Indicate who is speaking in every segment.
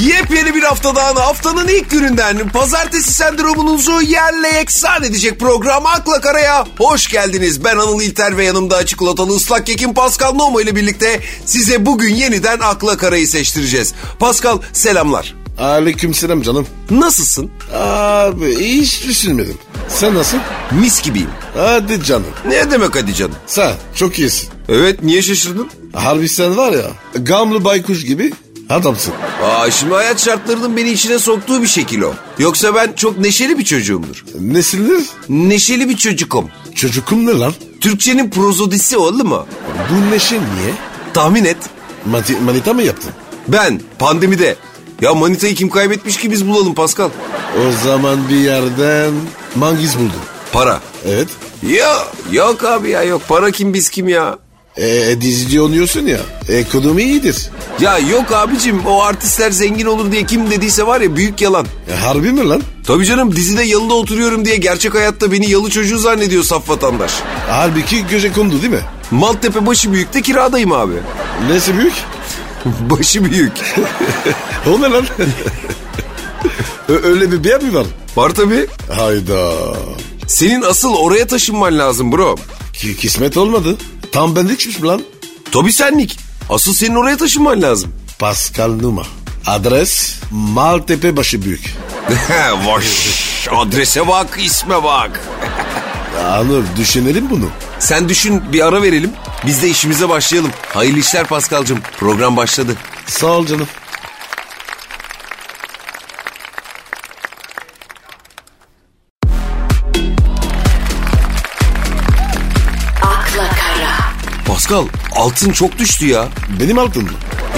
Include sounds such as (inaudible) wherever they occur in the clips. Speaker 1: Yepyeni bir haftadan, haftanın ilk gününden pazartesi sendromunuzu yerle yeksan edecek program Akla Karaya hoş geldiniz. Ben Anıl İlter ve yanımda açık lotalı ıslak kekim Pascal Nomo ile birlikte size bugün yeniden Akla Karayı seçtireceğiz. Pascal selamlar.
Speaker 2: Aleykümselam canım.
Speaker 1: Nasılsın?
Speaker 2: Abi hiç düşünmedim. Sen nasıl?
Speaker 1: Mis gibiyim.
Speaker 2: Hadi canım.
Speaker 1: Ne demek hadi canım?
Speaker 2: Sen çok iyisin.
Speaker 1: Evet niye şaşırdın?
Speaker 2: Harbi sen var ya gamlı baykuş gibi adamsın.
Speaker 1: Aa şimdi hayat şartlarının beni içine soktuğu bir şekil o. Yoksa ben çok neşeli bir çocuğumdur.
Speaker 2: Nesildir?
Speaker 1: Neşeli bir çocukum.
Speaker 2: Çocukum ne lan?
Speaker 1: Türkçenin prozodisi oldu mu?
Speaker 2: Bu neşe niye?
Speaker 1: Tahmin et.
Speaker 2: Mati, manita mı yaptın?
Speaker 1: Ben pandemide. Ya manitayı kim kaybetmiş ki biz bulalım Pascal?
Speaker 2: O zaman bir yerden mangiz buldum.
Speaker 1: Para.
Speaker 2: Evet.
Speaker 1: Ya yok abi ya yok. Para kim biz kim ya?
Speaker 2: E, dizi oynuyorsun ya. Ekonomi iyidir.
Speaker 1: Ya yok abicim o artistler zengin olur diye kim dediyse var ya büyük yalan.
Speaker 2: E, harbi mi lan?
Speaker 1: Tabii canım dizide yalıda oturuyorum diye gerçek hayatta beni yalı çocuğu zannediyor saf vatandaş.
Speaker 2: Halbuki göze kondu değil mi?
Speaker 1: Maltepe başı büyükte kiradayım abi. (laughs)
Speaker 2: Nesi büyük?
Speaker 1: başı büyük.
Speaker 2: O ne lan? (laughs) Ö- Öyle bir yer mi var?
Speaker 1: Var tabii.
Speaker 2: Hayda.
Speaker 1: Senin asıl oraya taşınman lazım bro.
Speaker 2: Ki kismet olmadı. Tam benlikmiş mi lan?
Speaker 1: Tabii senlik. Asıl senin oraya taşınman lazım. (laughs)
Speaker 2: Pascal Numa. Adres Maltepe başı büyük.
Speaker 1: Vaş, adrese bak, isme bak.
Speaker 2: Anıl düşünelim bunu.
Speaker 1: Sen düşün bir ara verelim. Biz de işimize başlayalım. Hayırlı işler Paskal'cığım. Program başladı.
Speaker 2: Sağ ol canım.
Speaker 3: akla kara,
Speaker 1: Paskal altın çok düştü ya.
Speaker 2: Benim altın mı?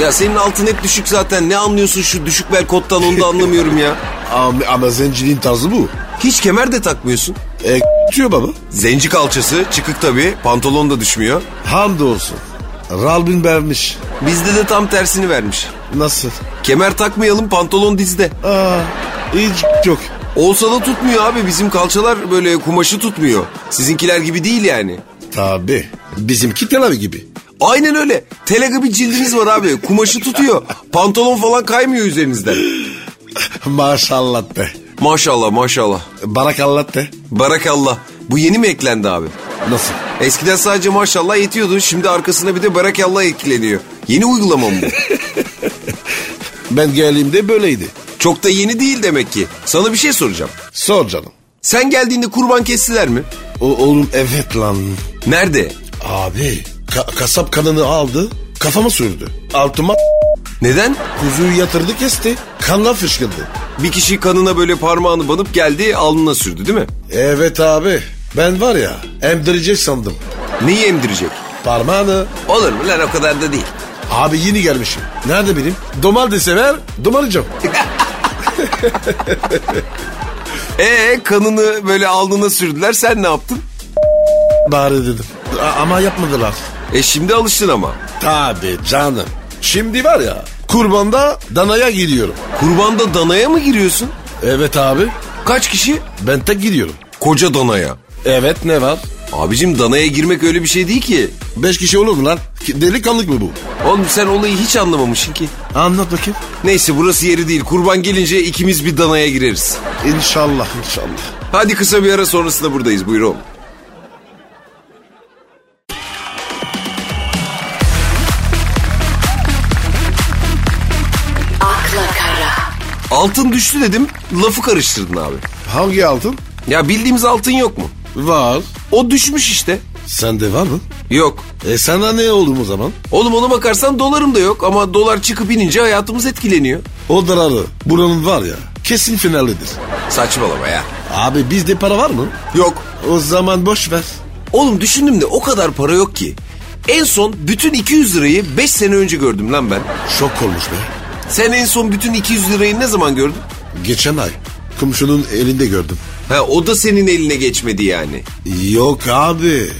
Speaker 1: Ya senin altın hep düşük zaten. Ne anlıyorsun şu düşük bel kottan onu da anlamıyorum ya.
Speaker 2: Ama, ama zenciliğin tarzı bu.
Speaker 1: Hiç kemer de takmıyorsun.
Speaker 2: E diyor baba.
Speaker 1: Zenci kalçası çıkık tabii. Pantolon da düşmüyor.
Speaker 2: Hamdolsun. Ralbin vermiş.
Speaker 1: Bizde de tam tersini vermiş.
Speaker 2: Nasıl?
Speaker 1: Kemer takmayalım pantolon dizde.
Speaker 2: Aa, hiç yok.
Speaker 1: Olsa da tutmuyor abi. Bizim kalçalar böyle kumaşı tutmuyor. Sizinkiler gibi değil yani.
Speaker 2: Tabi. Bizimki Tel Aviv gibi.
Speaker 1: Aynen öyle. Telega bir cildiniz var abi. Kumaşı tutuyor. Pantolon falan kaymıyor üzerinizden.
Speaker 2: Maşallah be.
Speaker 1: Maşallah maşallah.
Speaker 2: Barakallah be.
Speaker 1: Barakallah. Bu yeni mi eklendi abi?
Speaker 2: Nasıl?
Speaker 1: Eskiden sadece maşallah yetiyordu. Şimdi arkasına bir de barakallah ekleniyor. Yeni uygulama mı bu?
Speaker 2: Ben geldiğimde böyleydi.
Speaker 1: Çok da yeni değil demek ki. Sana bir şey soracağım.
Speaker 2: Sor canım.
Speaker 1: Sen geldiğinde kurban kestiler mi?
Speaker 2: O, oğlum evet lan.
Speaker 1: Nerede?
Speaker 2: Abi ka- kasap kanını aldı kafama sürdü. Altıma
Speaker 1: Neden?
Speaker 2: kuzuyu yatırdı kesti. Kanla fışkırdı.
Speaker 1: Bir kişi kanına böyle parmağını banıp geldi alnına sürdü değil mi?
Speaker 2: Evet abi ben var ya emdirecek sandım.
Speaker 1: Neyi emdirecek?
Speaker 2: Parmağını.
Speaker 1: Olur mu lan o kadar da değil.
Speaker 2: Abi yeni gelmişim. Nerede benim? Domal dese ver domalacağım.
Speaker 1: Ee kanını böyle alnına sürdüler sen ne yaptın?
Speaker 2: Bari dedim. A- ama yapmadılar.
Speaker 1: E şimdi alıştın ama.
Speaker 2: Tabi canım. Şimdi var ya kurbanda danaya gidiyorum.
Speaker 1: Kurbanda danaya mı giriyorsun?
Speaker 2: Evet abi
Speaker 1: Kaç kişi?
Speaker 2: ben tek gidiyorum.
Speaker 1: Koca danaya.
Speaker 2: Evet ne var?
Speaker 1: Abicim danaya girmek öyle bir şey değil ki.
Speaker 2: Beş kişi olur mu lan? Ki- Delikanlık mı bu?
Speaker 1: Oğlum sen olayı hiç anlamamışsın ki.
Speaker 2: Anlat bakayım.
Speaker 1: Neyse burası yeri değil. Kurban gelince ikimiz bir danaya gireriz.
Speaker 2: İnşallah inşallah.
Speaker 1: Hadi kısa bir ara sonrasında buradayız. Buyur oğlum.
Speaker 3: akla kara,
Speaker 1: Altın düştü dedim. Lafı karıştırdın abi.
Speaker 2: Hangi altın?
Speaker 1: Ya bildiğimiz altın yok mu?
Speaker 2: Var.
Speaker 1: O düşmüş işte.
Speaker 2: Sende var mı?
Speaker 1: Yok.
Speaker 2: E sana ne oğlum o zaman?
Speaker 1: Oğlum ona bakarsan dolarım da yok ama dolar çıkıp inince hayatımız etkileniyor.
Speaker 2: O dararı. Buranın var ya. Kesin finalidir.
Speaker 1: Saçmalama ya.
Speaker 2: Abi bizde para var mı?
Speaker 1: Yok.
Speaker 2: O zaman boş ver.
Speaker 1: Oğlum düşündüm de o kadar para yok ki. En son bütün 200 lirayı 5 sene önce gördüm lan ben.
Speaker 2: Şok olmuş be.
Speaker 1: Sen en son bütün 200 lirayı ne zaman gördün?
Speaker 2: Geçen ay komşunun elinde gördüm.
Speaker 1: Ha o da senin eline geçmedi yani.
Speaker 2: Yok abi.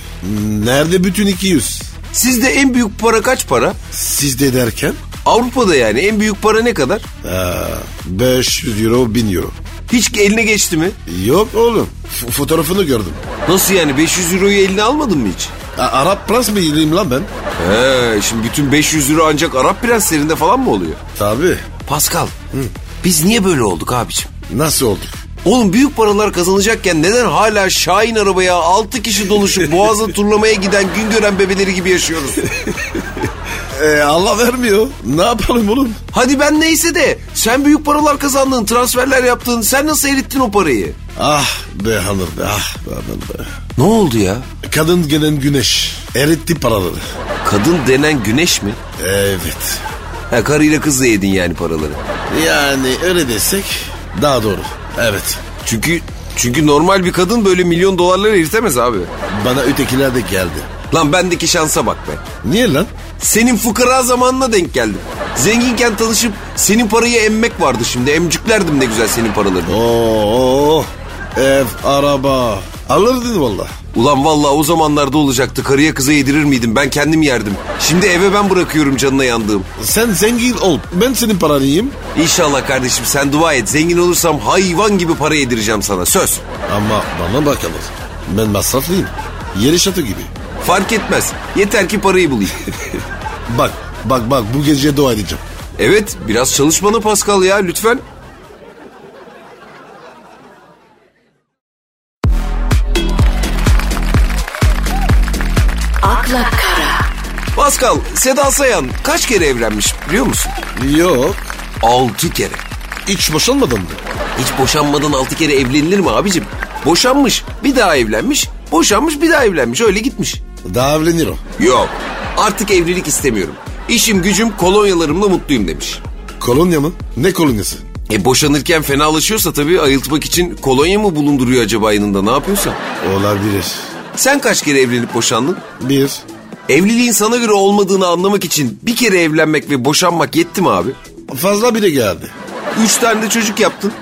Speaker 2: Nerede bütün 200?
Speaker 1: Sizde en büyük para kaç para?
Speaker 2: Sizde derken?
Speaker 1: Avrupa'da yani en büyük para ne kadar?
Speaker 2: Ee, 500 euro 1000 euro.
Speaker 1: Hiç eline geçti mi?
Speaker 2: Yok oğlum. f- fotoğrafını gördüm.
Speaker 1: Nasıl yani 500 euroyu eline almadın mı hiç?
Speaker 2: A- Arap prens miyim lan ben?
Speaker 1: He şimdi bütün 500 euro ancak Arap prenslerinde falan mı oluyor?
Speaker 2: Tabii.
Speaker 1: Pascal biz niye böyle olduk abicim?
Speaker 2: Nasıl olduk?
Speaker 1: Oğlum büyük paralar kazanacakken neden hala Şahin arabaya 6 kişi doluşup boğazı turlamaya giden gün gören bebeleri gibi yaşıyoruz?
Speaker 2: E, Allah vermiyor. Ne yapalım oğlum?
Speaker 1: Hadi ben neyse de sen büyük paralar kazandın, transferler yaptın. Sen nasıl erittin o parayı?
Speaker 2: Ah be hanım be ah be hanım be.
Speaker 1: Ne oldu ya?
Speaker 2: Kadın gelen güneş eritti paraları.
Speaker 1: Kadın denen güneş mi?
Speaker 2: Evet.
Speaker 1: Ha karıyla kızla yedin yani paraları.
Speaker 2: Yani öyle desek daha doğru. Evet.
Speaker 1: Çünkü çünkü normal bir kadın böyle milyon dolarları eritemez abi.
Speaker 2: Bana ötekiler de geldi.
Speaker 1: Lan bendeki şansa bak be.
Speaker 2: Niye lan?
Speaker 1: Senin fukara zamanına denk geldim. Zenginken tanışıp senin parayı emmek vardı şimdi. Emcüklerdim ne güzel senin paralarını.
Speaker 2: Oo, ev, araba. Alırdın valla.
Speaker 1: Ulan vallahi o zamanlarda olacaktı. Karıya kıza yedirir miydim? Ben kendim yerdim. Şimdi eve ben bırakıyorum canına yandığım.
Speaker 2: Sen zengin ol. Ben senin paranı yiyeyim.
Speaker 1: İnşallah kardeşim sen dua et. Zengin olursam hayvan gibi para yedireceğim sana. Söz.
Speaker 2: Ama bana bakalım. Ben masraflıyım. Yeri şatı gibi.
Speaker 1: Fark etmez. Yeter ki parayı bulayım.
Speaker 2: Bak, bak, bak bu gece dua edeceğim.
Speaker 1: evet biraz çalışmanı Pascal ya lütfen.
Speaker 3: akla kara,
Speaker 1: Pascal Seda Sayan kaç kere evlenmiş biliyor musun?
Speaker 2: Yok.
Speaker 1: Altı kere.
Speaker 2: Hiç boşanmadın mı?
Speaker 1: Hiç boşanmadan altı kere evlenilir mi abicim? Boşanmış bir daha evlenmiş. Boşanmış bir daha evlenmiş öyle gitmiş.
Speaker 2: Daha evlenir o.
Speaker 1: Yok artık evlilik istemiyorum. İşim gücüm kolonyalarımla mutluyum demiş.
Speaker 2: Kolonya mı? Ne kolonyası?
Speaker 1: E boşanırken fenalaşıyorsa tabii ayıltmak için kolonya mı bulunduruyor acaba yanında ne yapıyorsa?
Speaker 2: Olabilir.
Speaker 1: Sen kaç kere evlenip boşandın?
Speaker 2: Bir.
Speaker 1: Evliliğin sana göre olmadığını anlamak için bir kere evlenmek ve boşanmak yetti mi abi?
Speaker 2: Fazla biri geldi.
Speaker 1: Üç tane de çocuk yaptın.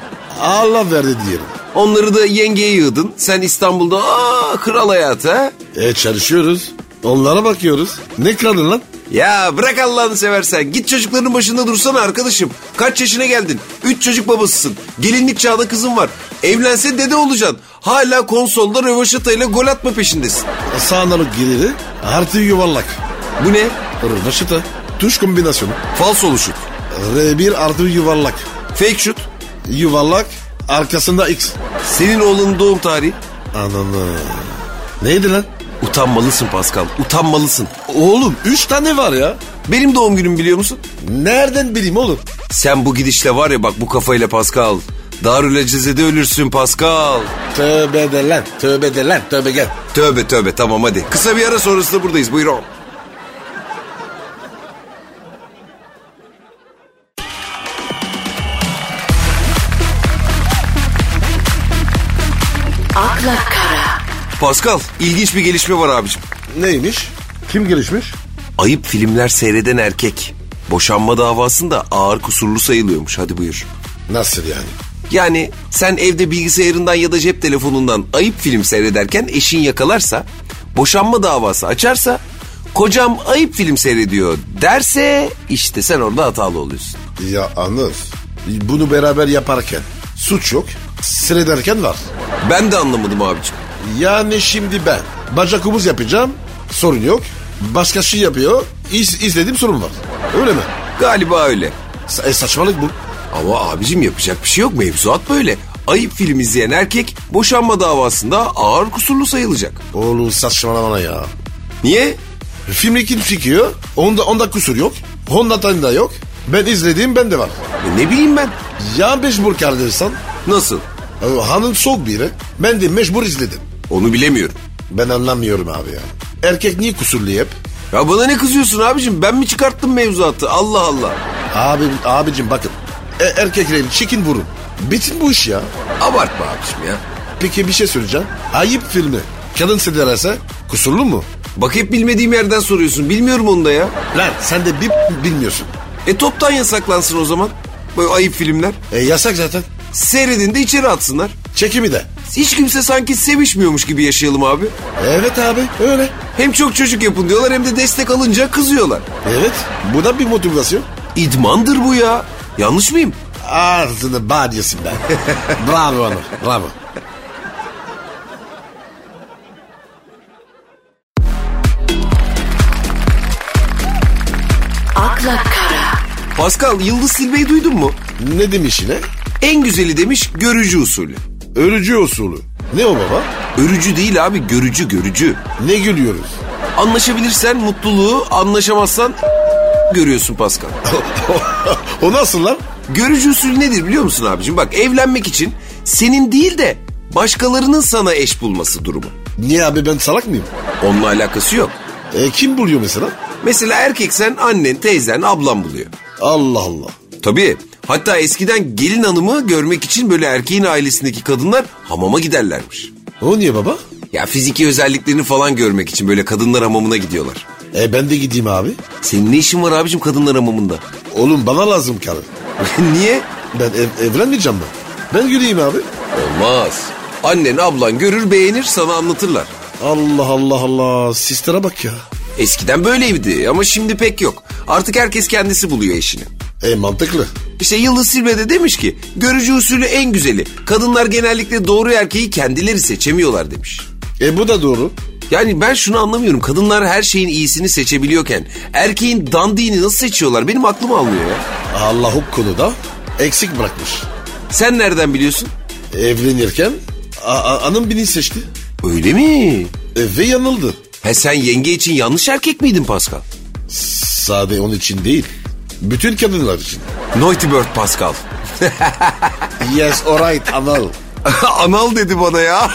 Speaker 2: Allah verdi diyelim.
Speaker 1: Onları da yengeye yığdın. Sen İstanbul'da aa kral hayatı ha?
Speaker 2: E çalışıyoruz. Onlara bakıyoruz. Ne kadın lan?
Speaker 1: Ya bırak Allah'ını seversen. Git çocukların başında dursana arkadaşım. Kaç yaşına geldin? Üç çocuk babasısın. Gelinlik çağda kızın var. Evlense dede olacaksın. Hala konsolda rövaşata ile gol atma peşindesin.
Speaker 2: Sağnalık geliri artı yuvarlak.
Speaker 1: Bu ne?
Speaker 2: Rövaşata. Tuş kombinasyonu.
Speaker 1: Falsolu şut.
Speaker 2: R1 artı yuvarlak.
Speaker 1: Fake şut.
Speaker 2: Yuvarlak arkasında X.
Speaker 1: Senin oğlunun doğum tarihi.
Speaker 2: Ananı. Neydi lan?
Speaker 1: Utanmalısın Pascal. Utanmalısın.
Speaker 2: Oğlum 3 tane var ya.
Speaker 1: Benim doğum günüm biliyor musun?
Speaker 2: Nereden bileyim oğlum?
Speaker 1: Sen bu gidişle var ya bak bu kafayla Pascal. Darül Eceze'de ölürsün Pascal.
Speaker 2: Tövbe de lan. Tövbe de lan. Tövbe gel.
Speaker 1: Tövbe tövbe tamam hadi. Kısa bir ara sonrasında buradayız buyurun.
Speaker 3: akla kara,
Speaker 1: Pascal ilginç bir gelişme var abicim.
Speaker 2: Neymiş? Kim gelişmiş?
Speaker 1: Ayıp filmler seyreden erkek. Boşanma davasında ağır kusurlu sayılıyormuş hadi buyur.
Speaker 2: Nasıl yani?
Speaker 1: Yani sen evde bilgisayarından ya da cep telefonundan ayıp film seyrederken eşin yakalarsa, boşanma davası açarsa, kocam ayıp film seyrediyor derse işte sen orada hatalı oluyorsun.
Speaker 2: Ya Anız. Bunu beraber yaparken suç yok. Seyrederken var.
Speaker 1: Ben de anlamadım abicim.
Speaker 2: Yani şimdi ben bacak omuz yapacağım. Sorun yok. Başkası yapıyor. İz, izlediğim sorun var. Öyle mi?
Speaker 1: Galiba öyle.
Speaker 2: Sa- e, saçmalık bu.
Speaker 1: Ama abicim yapacak bir şey yok mevzuat böyle. Ayıp film izleyen erkek boşanma davasında ağır kusurlu sayılacak.
Speaker 2: Oğlum saçmalama ya.
Speaker 1: Niye?
Speaker 2: Filmi kim çekiyor? Onda, onda kusur yok. Onda tane da yok. Ben izlediğim bende var.
Speaker 1: E ne bileyim ben.
Speaker 2: Ya mecbur kardeşsen.
Speaker 1: Nasıl?
Speaker 2: Ee, Hanım soğuk biri. Ben de mecbur izledim.
Speaker 1: Onu bilemiyorum.
Speaker 2: Ben anlamıyorum abi ya. Erkek niye kusurlu hep?
Speaker 1: Ya bana ne kızıyorsun abicim? Ben mi çıkarttım mevzuatı? Allah Allah.
Speaker 2: Abi, abicim bakın. E, erkeklerin çekin vurun. Bitin bu iş ya.
Speaker 1: Abartma abicim ya.
Speaker 2: Peki bir şey söyleyeceğim. Ayıp filmi. Kadın seyrederse kusurlu mu?
Speaker 1: Bak hep bilmediğim yerden soruyorsun. Bilmiyorum onu da ya.
Speaker 2: Lan sen de bir bilmiyorsun.
Speaker 1: E toptan yasaklansın o zaman. Böyle ayıp filmler.
Speaker 2: E, yasak zaten.
Speaker 1: Seyredin de içeri atsınlar.
Speaker 2: Çekimi de.
Speaker 1: Hiç kimse sanki sevişmiyormuş gibi yaşayalım abi.
Speaker 2: Evet abi öyle.
Speaker 1: Hem çok çocuk yapın diyorlar hem de destek alınca kızıyorlar.
Speaker 2: Evet. Bu da bir motivasyon.
Speaker 1: İdmandır bu ya. Yanlış mıyım?
Speaker 2: Ağzını bağırıyorsun ben. (laughs) bravo hanım. Bravo.
Speaker 3: akla kara,
Speaker 1: Pascal yıldız silmeyi duydun mu?
Speaker 2: Ne demiş yine?
Speaker 1: En güzeli demiş görücü usulü.
Speaker 2: Örücü usulü. Ne o baba?
Speaker 1: Örücü değil abi görücü görücü.
Speaker 2: Ne gülüyoruz?
Speaker 1: Anlaşabilirsen mutluluğu anlaşamazsan görüyorsun Pascal.
Speaker 2: o nasıl lan?
Speaker 1: Görücü usulü nedir biliyor musun abicim? Bak evlenmek için senin değil de başkalarının sana eş bulması durumu.
Speaker 2: Niye abi ben salak mıyım?
Speaker 1: Onunla alakası yok.
Speaker 2: E, kim buluyor mesela?
Speaker 1: Mesela erkeksen annen, teyzen, ablan buluyor.
Speaker 2: Allah Allah.
Speaker 1: Tabii. Hatta eskiden gelin hanımı görmek için böyle erkeğin ailesindeki kadınlar hamama giderlermiş.
Speaker 2: O niye baba?
Speaker 1: Ya fiziki özelliklerini falan görmek için böyle kadınlar hamamına gidiyorlar.
Speaker 2: E ben de gideyim abi.
Speaker 1: Senin ne işin var abicim kadınlar hamamında? (laughs)
Speaker 2: Oğlum bana lazım karı.
Speaker 1: Niye?
Speaker 2: Ben ev, evlenmeyeceğim ben. Ben güleyim abi.
Speaker 1: Olmaz. Annen ablan görür beğenir sana anlatırlar.
Speaker 2: Allah Allah Allah. Sistere bak ya.
Speaker 1: Eskiden böyleydi ama şimdi pek yok. Artık herkes kendisi buluyor eşini.
Speaker 2: E mantıklı.
Speaker 1: İşte Yıldız Silve de demiş ki görücü usulü en güzeli. Kadınlar genellikle doğru erkeği kendileri seçemiyorlar demiş.
Speaker 2: E bu da doğru.
Speaker 1: Yani ben şunu anlamıyorum. Kadınlar her şeyin iyisini seçebiliyorken erkeğin dandiğini nasıl seçiyorlar? Benim aklım almıyor ya.
Speaker 2: Allah o konuda eksik bırakmış. E,
Speaker 1: Sen nereden biliyorsun?
Speaker 2: Evlenirken a- a- anım beni seçti.
Speaker 1: Öyle mi?
Speaker 2: E, ve yanıldı.
Speaker 1: He sen yenge için yanlış erkek miydin Pascal?
Speaker 2: Sade onun için değil. Bütün kadınlar için.
Speaker 1: Naughty Bird Pascal.
Speaker 2: Yes alright anal.
Speaker 1: (laughs) Anal dedi bana ya.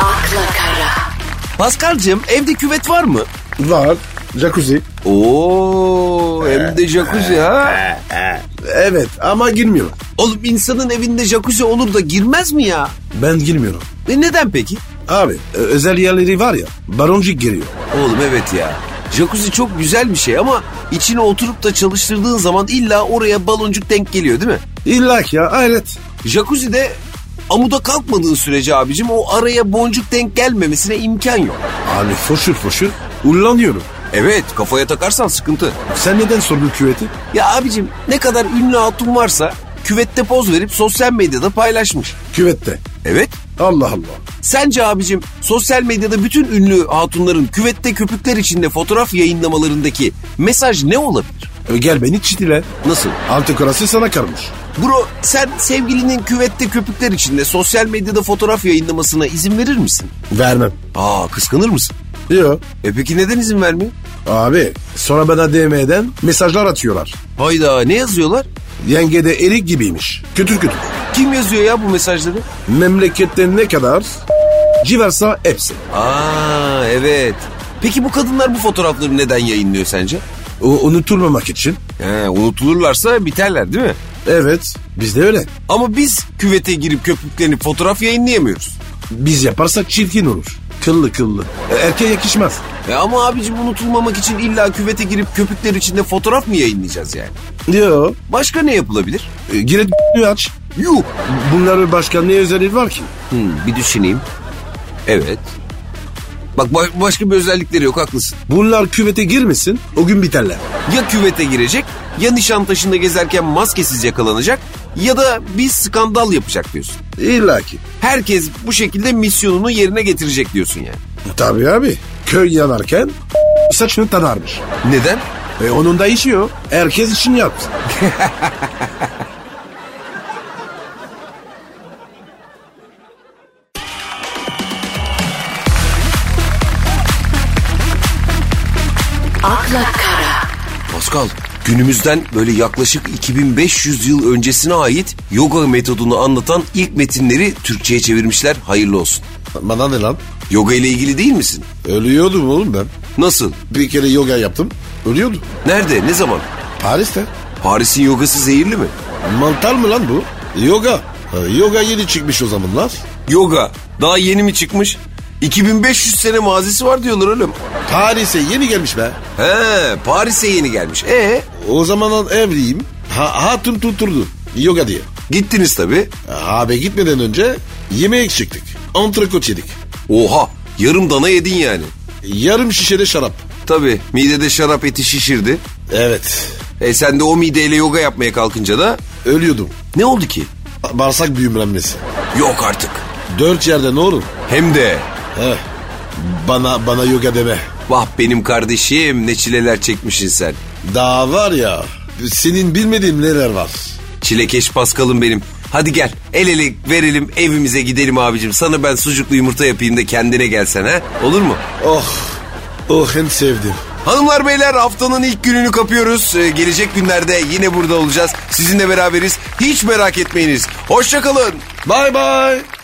Speaker 3: akla kara,
Speaker 1: Pascal'cığım evde küvet var mı?
Speaker 2: Var. Jacuzzi.
Speaker 1: Oo hem de jacuzzi ha.
Speaker 2: Evet ama girmiyorum.
Speaker 1: ee, Oğlum insanın evinde jacuzzi olur da girmez mi ya?
Speaker 2: Ben girmiyorum.
Speaker 1: E neden peki?
Speaker 2: Abi ö- özel yerleri var ya baroncik giriyor.
Speaker 1: Oğlum evet ya. Jacuzzi çok güzel bir şey ama içine oturup da çalıştırdığın zaman illa oraya baloncuk denk geliyor değil mi?
Speaker 2: İlla ki ya hayret.
Speaker 1: Jacuzzi'de amuda kalkmadığın sürece abicim o araya boncuk denk gelmemesine imkan yok.
Speaker 2: Abi foşur foşur ullanıyorum.
Speaker 1: Evet kafaya takarsan sıkıntı.
Speaker 2: Sen neden sordun küveti?
Speaker 1: Ya abicim ne kadar ünlü hatun varsa küvette poz verip sosyal medyada paylaşmış.
Speaker 2: Küvette.
Speaker 1: Evet.
Speaker 2: Allah Allah.
Speaker 1: Sence abicim sosyal medyada bütün ünlü hatunların küvette köpükler içinde fotoğraf yayınlamalarındaki mesaj ne olabilir?
Speaker 2: E, Gel beni çitile.
Speaker 1: Nasıl?
Speaker 2: Antikorası sana karmış.
Speaker 1: Bro sen sevgilinin küvette köpükler içinde sosyal medyada fotoğraf yayınlamasına izin verir misin?
Speaker 2: Vermem.
Speaker 1: Aa kıskanır mısın?
Speaker 2: Yok.
Speaker 1: E peki neden izin vermiyor?
Speaker 2: Abi sonra bana DM'den mesajlar atıyorlar.
Speaker 1: Hayda ne yazıyorlar?
Speaker 2: Yenge de erik gibiymiş. Kütür kütür.
Speaker 1: Kim yazıyor ya bu mesajları?
Speaker 2: Memlekette ne kadar civarsa hepsi.
Speaker 1: Aa evet. Peki bu kadınlar bu fotoğrafları neden yayınlıyor sence?
Speaker 2: O, unutulmamak için.
Speaker 1: He, unutulurlarsa biterler değil mi?
Speaker 2: Evet bizde öyle.
Speaker 1: Ama biz küvete girip köpüklenip fotoğraf yayınlayamıyoruz.
Speaker 2: Biz yaparsak çirkin olur. Kıllı kıllı. E, Erkeğe yakışmaz.
Speaker 1: E ama abicim unutulmamak için illa küvete girip köpükler içinde fotoğraf mı yayınlayacağız yani?
Speaker 2: Yok.
Speaker 1: Başka ne yapılabilir?
Speaker 2: E, Giret aç.
Speaker 1: Yuh.
Speaker 2: Bunların başka ne özelliği var ki?
Speaker 1: Hmm, bir düşüneyim. Evet. Bak ba- başka bir özellikleri yok haklısın.
Speaker 2: Bunlar küvete girmesin o gün biterler.
Speaker 1: Ya küvete girecek ya Nişantaşı'nda gezerken maskesiz yakalanacak ya da bir skandal yapacak diyorsun.
Speaker 2: İlla ki.
Speaker 1: Herkes bu şekilde misyonunu yerine getirecek diyorsun yani.
Speaker 2: Tabii abi. Köy yanarken (laughs) saçını tararmış.
Speaker 1: Neden?
Speaker 2: E onun da işi yok. Herkes için yaptı.
Speaker 3: akla kara,
Speaker 1: Pascal günümüzden böyle yaklaşık 2500 yıl öncesine ait yoga metodunu anlatan ilk metinleri Türkçe'ye çevirmişler. Hayırlı olsun.
Speaker 2: Bana ne lan?
Speaker 1: Yoga ile ilgili değil misin?
Speaker 2: Ölüyordum oğlum ben.
Speaker 1: Nasıl?
Speaker 2: Bir kere yoga yaptım. Ölüyordum.
Speaker 1: Nerede? Ne zaman?
Speaker 2: Paris'te.
Speaker 1: Paris'in yogası zehirli mi?
Speaker 2: Mantar mı lan bu? Yoga. Ha, yoga yeni çıkmış o zamanlar.
Speaker 1: Yoga. Daha yeni mi çıkmış? 2500 sene mazisi var diyorlar oğlum.
Speaker 2: Paris'e yeni gelmiş be.
Speaker 1: He, Paris'e yeni gelmiş. E
Speaker 2: O zamandan evliyim. Ha, hatun tutturdu. Yoga diye.
Speaker 1: gittiniz tabii.
Speaker 2: Abi gitmeden önce yemeğe çıktık. Antrikot yedik.
Speaker 1: Oha, yarım dana yedin yani.
Speaker 2: Yarım şişede şarap.
Speaker 1: Tabii midede şarap eti şişirdi.
Speaker 2: Evet.
Speaker 1: E sen de o mideyle yoga yapmaya kalkınca da
Speaker 2: Ölüyordum.
Speaker 1: ne oldu ki?
Speaker 2: Bağırsak büyümlenmesi.
Speaker 1: Yok artık.
Speaker 2: Dört yerde ne olur?
Speaker 1: Hem de
Speaker 2: Heh. Bana bana yoga deme.
Speaker 1: vah benim kardeşim ne çileler çekmişsin sen.
Speaker 2: Daha var ya senin bilmediğin neler var.
Speaker 1: Çilekeş Paskal'ım benim. Hadi gel el ele verelim evimize gidelim abicim. Sana ben sucuklu yumurta yapayım da kendine gelsen ha. Olur mu?
Speaker 2: Oh oh hem sevdim.
Speaker 1: Hanımlar beyler haftanın ilk gününü kapıyoruz. Ee, gelecek günlerde yine burada olacağız. Sizinle beraberiz. Hiç merak etmeyiniz. Hoşçakalın.
Speaker 2: Bye bye.